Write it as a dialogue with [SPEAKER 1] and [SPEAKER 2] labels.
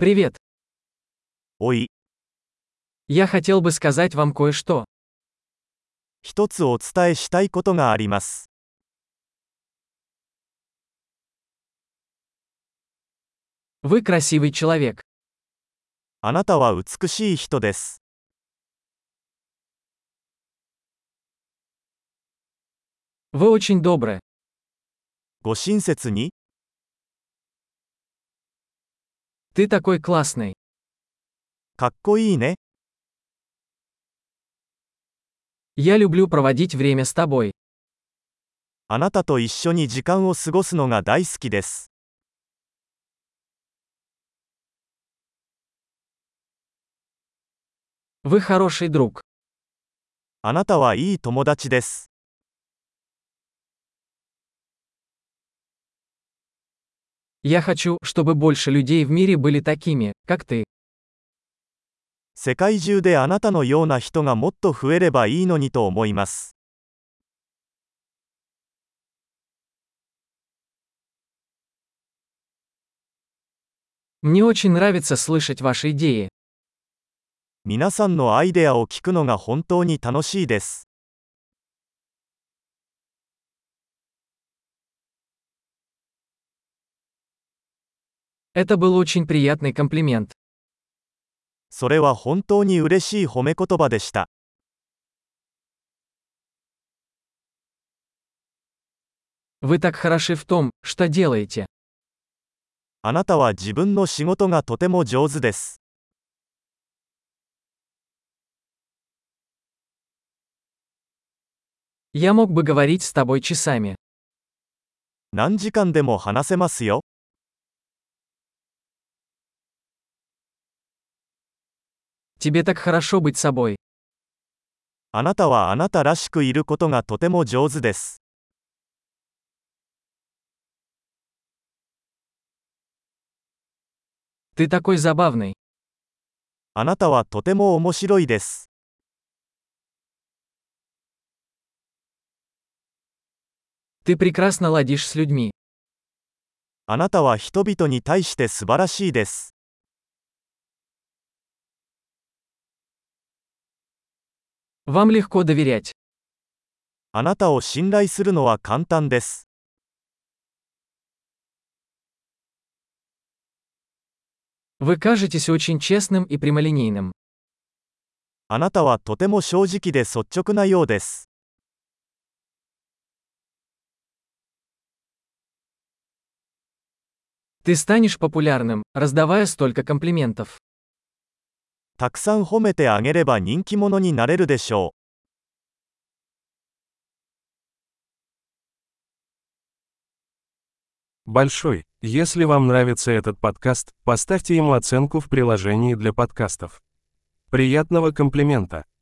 [SPEAKER 1] Привет.
[SPEAKER 2] おい、
[SPEAKER 1] Я хотел бы сказать вам кое-что.
[SPEAKER 2] 一つお伝えしたいことがあります。
[SPEAKER 1] Вы красивый человек.
[SPEAKER 2] あなたは美しい人です。
[SPEAKER 1] Вы очень добры.
[SPEAKER 2] ご親切に、
[SPEAKER 1] Ты такой классный.
[SPEAKER 2] かっこいいね。
[SPEAKER 1] Я люблю проводить время с тобой.
[SPEAKER 2] あなたと一緒に時間を過ごすのが大好きです。
[SPEAKER 1] Вы хороший друг.
[SPEAKER 2] あなたはいい友達です。
[SPEAKER 1] Я хочу, чтобы больше людей в мире были такими, как ты.
[SPEAKER 2] 世界中であなたのような人がもっと増えればいいのにと思います。
[SPEAKER 1] Мне очень нравится слышать ваши идеи.
[SPEAKER 2] 皆さんのアイデアを聞くのが本当に楽しいです。
[SPEAKER 1] Это был очень приятный комплимент.
[SPEAKER 2] それは本当に嬉しい褒め言葉でした。
[SPEAKER 1] Вы так хороши в том, что делаете.
[SPEAKER 2] あなたは自分の仕事がとても上手です。
[SPEAKER 1] Я мог бы говорить с тобой часами.
[SPEAKER 2] 何時間でも話せますよ。
[SPEAKER 1] Тебе так хорошо быть собой.
[SPEAKER 2] あなたはあなたらしくいることがとても上手です。
[SPEAKER 1] Ты такой забавный.
[SPEAKER 2] あなたはとても面白いです。
[SPEAKER 1] Ты прекрасно ладишь с людьми.
[SPEAKER 2] あなたは人々に対して素晴らしいです。
[SPEAKER 1] Вам легко доверять.
[SPEAKER 2] あなたを信頼するのは簡単です。
[SPEAKER 1] Вы кажетесь очень честным и прямолинейным.
[SPEAKER 2] あなたはとても正直で率直なようです。
[SPEAKER 1] Ты станешь популярным, раздавая столько комплиментов.
[SPEAKER 2] たくさん褒めてあげれば人気者になれるでしょう。
[SPEAKER 3] Большой, если вам нравится этот подкаст, поставьте ему оценку в приложении для подкастов. Приятного комплимента!